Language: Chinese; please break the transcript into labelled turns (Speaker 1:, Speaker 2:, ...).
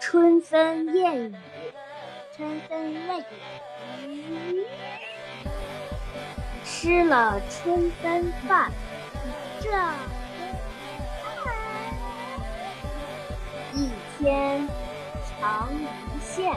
Speaker 1: 春分夜雨，春分夜雨，吃了春分饭，这一天长无限。